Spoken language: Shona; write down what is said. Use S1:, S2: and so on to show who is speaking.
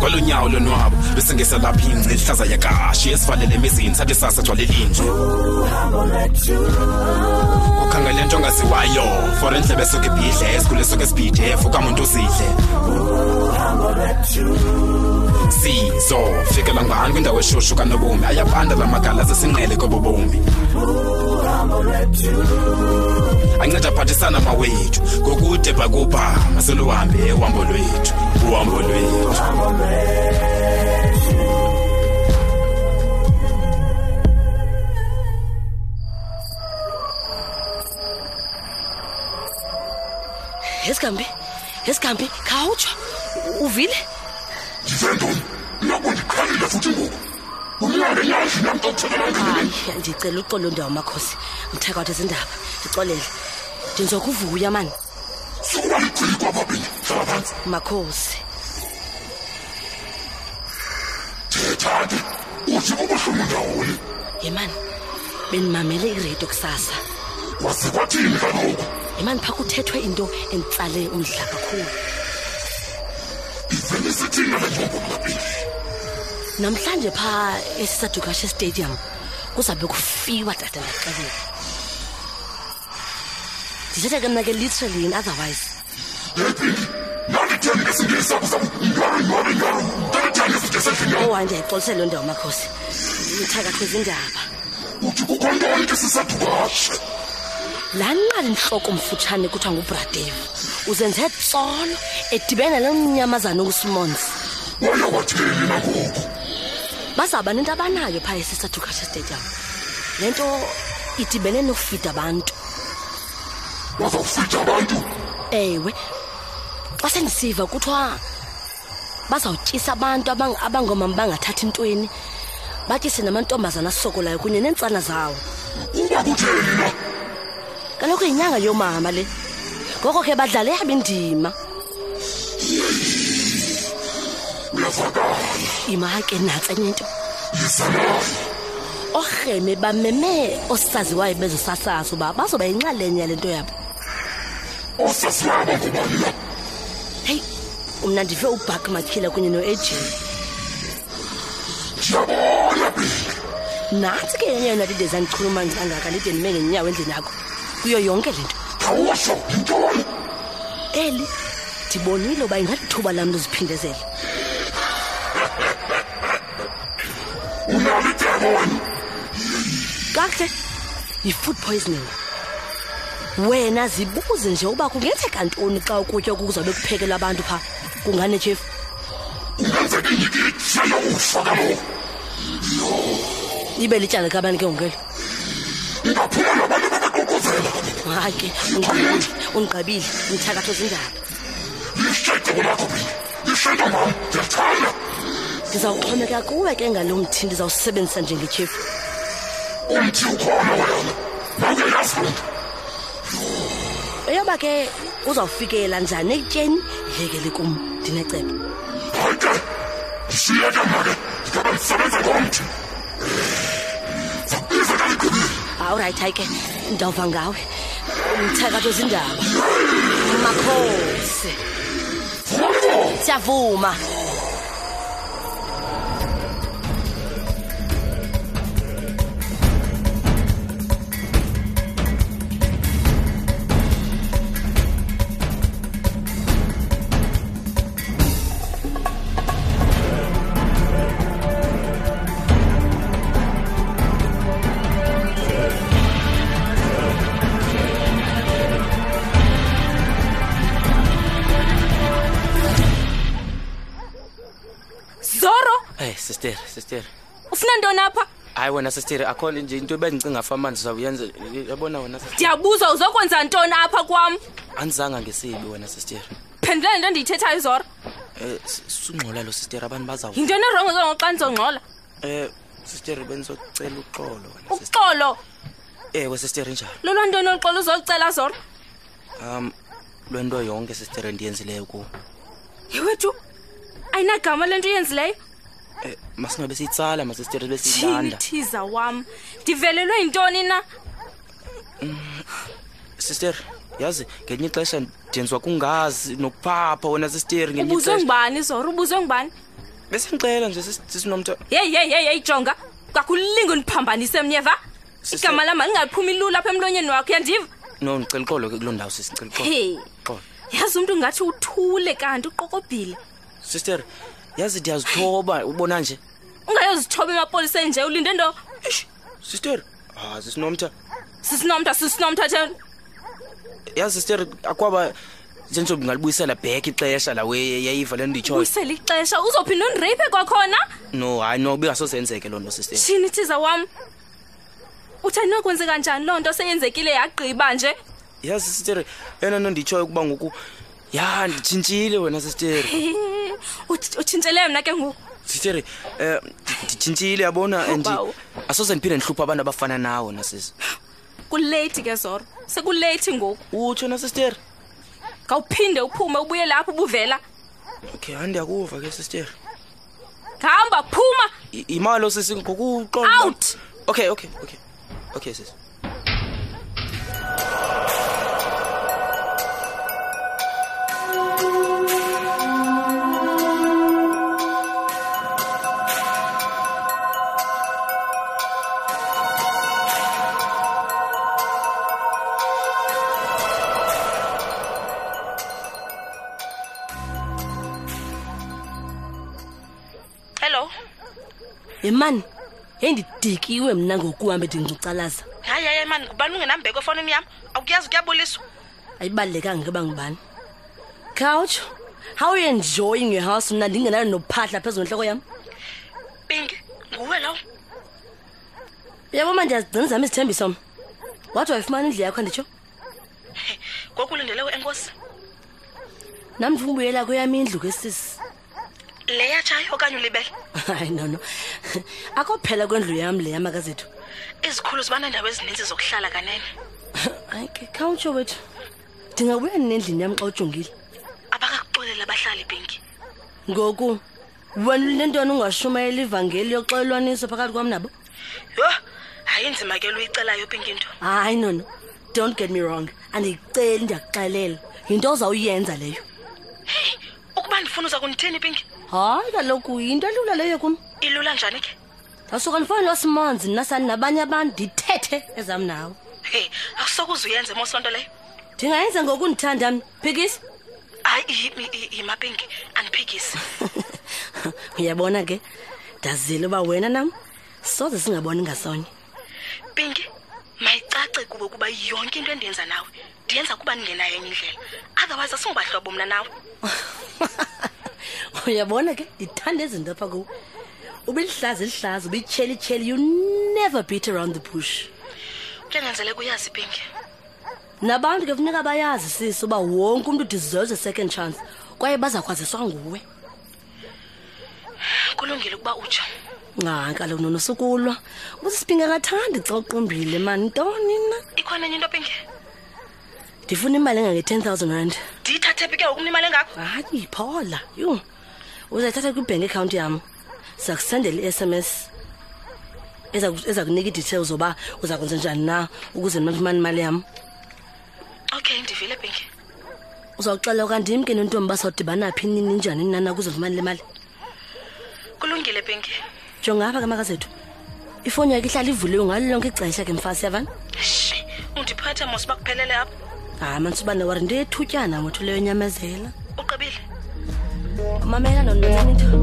S1: kwalonyawo lonwabo bese ngesalapha ingci ihlaza yakashi esivalele emizini sathi sasa gcwale linje ukhangele nto ongaziwayo for endlebe esuke ibhidle esikhule esuke esibhidef ukamuntu usidle sizo fikela ngani kwindawo eshushu kanobomi ayabanda la magala zesinqele kobobomi anceda aphathisana mawethu ngokude bhakubhama seluhambe uhambo lwethu uhambo lwethu
S2: esigambi esigambi khawutsho uvile
S3: ndisentoni nakwandiqhalile futhi ngoku umlale nyazi nam xa kuthekelangeleleni
S2: hayi ndicela uxolo ndawo makhosi mthakawuthi zindaba ndicolele ndinzokuvuya mani
S3: sukuba ligcili kwababini hlala phantsi
S2: makhosi
S3: thethathe uthi bubuhlungu ndawoni
S2: yemani bendimamele iredio kusasa
S3: kwase kwathini kaloku
S2: yemani phaa kuthethwe into enditsale umdla kakhulu
S3: ivele isithina le ntombo kulabini
S2: namhlanje phaa esisadukashe stadium kuzawube kufiwa tata ndaxelela ndithetha ke mna ke literally in otherwise
S3: yephindi nanditheni ngesingesi sakho sam ngaro ngaro ngaro ndandithani esithe sedlinyao
S2: owa ndiyayixolisa Oh, loo ndawo makhosi mthakakhwezindaba
S3: uthi kukho ntoni ke sisadukashe
S2: laa nqali ntloko mfutshane kuthiwa ngubradeve uzenze tsolo edibene nomnyamazana usimons
S3: waye watheni nangoku
S2: bazawuba nento abanayo phaa esisadukashe stadium le nto idibene nokufida abantu
S3: bazawufitha abantu
S2: ewe xa sendisiva kuthiwa bazawutyisa abantu abang- abangoomama bangathathi ntweni batyise namantombazana asokolayo kunye neentsana zawo
S3: uba kutheni na
S2: kaloku yinyanga yoomama le ngoko ke badlale yabo indima
S3: uyavakala
S2: ima ke nantsi enye into
S3: yisanayo
S2: oorheme bameme osaziwayo bezosasazo uba bazoba yinxalenye yale nto yabo
S3: osasiwabo ngubani na
S2: heyi mna ndive ubhak matyhila kunye no-ejini
S3: ndiyabona bini
S2: nantsi ke yenye yona lide zandichulumani kangaka lide ndime ngenyawo endlini yakho kuyo yonke le nto
S3: khawusho yintoni
S2: eli ndibonile uba ingathuba lam luziphindezela
S3: unalo idebo wena
S2: kakuhle yi-food poisoning wena zibuze nje uba kungenzeka ntoni xa ukutya okuzawube kuphekelwa abantu phaa kunganetyhefu
S3: kungenzeke ndikitsha yokufa kaloku
S2: ibe lityala likabani ke ngokelo
S3: ingaphuma nabantu babaququzela
S2: hayi ke undigqibile undigqibile ndithakatho zindaba
S3: lihle icebo lakho bini lihle ntomam ndiyalithanda
S2: ndizawuxhomeka kuwe ke ngalo mthi ndizawusebenzisa njengetyhefu
S3: umthi ukhona wena nangeyazi loo nto
S2: eyoba ke uzawufikela njani ekutyeni yekele kum ndinecebo
S3: hayi ke ndishiyeke mna ke ndikabe ndisebenza ngomthi zakubiza kaligqibile
S2: awurayithi hayi ke ndawuva ngawe mthakatho zindaba makhosi siyavuma
S4: zoro
S5: eyi sister sister
S4: ufuna ntoni apha
S5: hayi wena sister akho nje into ebendicinga fama ndizawuyenza yabona wena sister
S4: ndiyabuzwa uzokwenza ntoni apha kwam
S5: andizanga ngesibi wena sister
S4: phendula le nto ndiyithethayo zoro
S5: um sungxola lo sister abantu bazaw
S4: yintoni erongo ke ngoku xa ndizongxola
S5: um sister bendizocela uxolo wena sister
S4: uxolo
S5: ewe sister njalo
S4: lolwa ntoni oluxolo uzokucela zoro
S5: um lwento yonke sister endiyenzileyo kuwo
S4: yewethu ayinagama le nto uyenzileyo
S5: um masingabe siyitsala masister besiyilanda
S4: thinithiza wam ndivelelwe yintoni na
S5: sister yazi ngenye ixesha ndenziwa kungazi nokuphapha wona sisteri ngenye
S4: ubuzwe
S5: ixesha
S4: ngubani zora ubuzwe ngubani
S5: besendixelela nje sis- sisinomntu
S4: yeyi yeyi yeyi yeyi jonga kakulinge undiphambanise mnyeva
S5: Sise-
S4: igama lam lingaphumi lula apha emlonyeni wakho uyandiva
S5: no ndicela ixolo ke kuloo ndawo sisi ndicela ixolo
S4: he
S5: xolo
S4: yazi umntu ngathi uthule kanti uqokobhile
S5: sister yazi ndiyazithoba ubona nje
S4: ungayozithoba emapoliseni nje ulinde nto Ish,
S5: sister ah sisinomtha
S4: sisinomtha sisinomtha the
S5: yazi sister akwaba njenjengoba ngalibuyisela back ixesha lawe yayiva le nto ndiyitshoyo
S4: uyisele ixesha uzophinda undireyiphe kwakhona
S5: no hayi no bingasozenzeke loo nto sister
S4: tshini thiza wam uthi andinokwenzeka njani loo nto seyenzekile yagqiba nje
S5: yazi sister eyona nto ndiyitshoyo ukuba ngoku ya nditshintshile wena sister
S4: He, uthi- utshintshele mna ke ngoku
S5: sister um nditshintshile yabona and
S4: Bawo.
S5: asoze ndiphinde ndihluphe abantu abafana nawo nasisi
S4: kuleyithi ke zoro sekuleyithi ngoku
S5: utsho nasister
S4: ngawuphinde uphume ubuye lapho ubuvela
S5: okay andiyakuva ke sister
S4: ngahamba phuma
S5: Y- yimali osisi ngokuxolo
S4: out
S5: okay okay okay okay sis
S4: hello
S2: ye mani yeyi ndidikiwe mna ngokuhambe ndincucalaza
S4: hayi hayi hayi, mani ngubani ungenambeko efowunini yam akuyazi kuyabuliswa
S2: ayibalulekanga ke uba ngubani khawutsho how you enjoying your house mna ndingenayo nophahla phezu kwentloko yam
S4: pinki nguwe lowo
S2: yabo ma ndiyazigcina zam izithembiso mna wathi wayifumana indlu yakho nditsho
S4: ngoku ulindelewe enkosi
S2: nam ndifuna ubuyela kweyam indlu ke sisi
S4: le yatshayo okanye ulibele
S2: hayi nono akho phela kwendlu yam le yamakazethu
S4: izikhulu zibaneendawo ezininzi zokuhlala kanene
S2: hayi ke khawutsho wethu ndingabuya nendlini yam xa ujongile
S4: abakakuxoleli abahlali pinki
S2: ngoku wena ulintentwana ungashumayela ivangeli yoxelelwaniso phakathi kwam nabo
S4: yho hayi nzima ke luyicelayo pinki into
S2: hayi nono don't get me wrong andiyiceli ndiyakuxelela yinto ozawuyenza leyo
S4: ukuba ndifuna uza kundithini pinki
S2: hayi kaloku yinto elula leyo kum
S4: ilula njani ke
S2: ndawusuka ndifane nosimanzi mna sani nabanye abantu ndithethe ezam nawe
S4: he akusokuze uyenze mosonto leyo
S2: ndingayenza ngokundithanda mna phikisi
S4: hayi yimapinki andiphikisi
S2: uyabona ke ndazile uba wena nam soze singaboni ngasonye
S4: pinki mayicace kuwe ukuba yonke into endiyenza nawe ndiyenza kuba ndingenayo enye indlela otherwise asingobahlobo mna nawe
S2: uyabona ke ndithanda izinto apha kuwo ubilihlaza ilihlaza ubityheli ityheli you never beat around the bush
S4: kuyanganzeleka uyazi pinki
S2: nabantu ke funeka bayazi sisi uba wonke umntu deserves a second chance kwaye bazakwaziswa nguwe
S4: kulungile ukuba utsho
S2: hayi kaloku nonosukulwa usisiphinga kathandi xa uqumbile mani ntoni na
S4: ikhona enye into pinki
S2: ndifuna imali engange-ten thousand rand
S4: ndiyithathe phi ke ngoku mna imali engako
S2: hayi phola yho uzayithatha kwibhenki account yam siza kusendela i-s m s eza kunika ii-details zoba uza kwenza njani na ukuze ndimafumana imali yam
S4: okay ndivile pinki
S2: uzawuxela okandim ke nentombi basawudibana phi nini njani nana ukuze ndifumane le mali
S4: kulungile pinki
S2: jonga apha ke makazethu ifowuni yakhe ihlala ivuliwe ngalo lonke ixesha ke mfasi yavani
S4: shi undiphethe mos uba kuphelele apho
S2: hayi manisuba newari into yethutyana mothu leyo nyamezela
S4: uqibile
S2: mamela nononenitho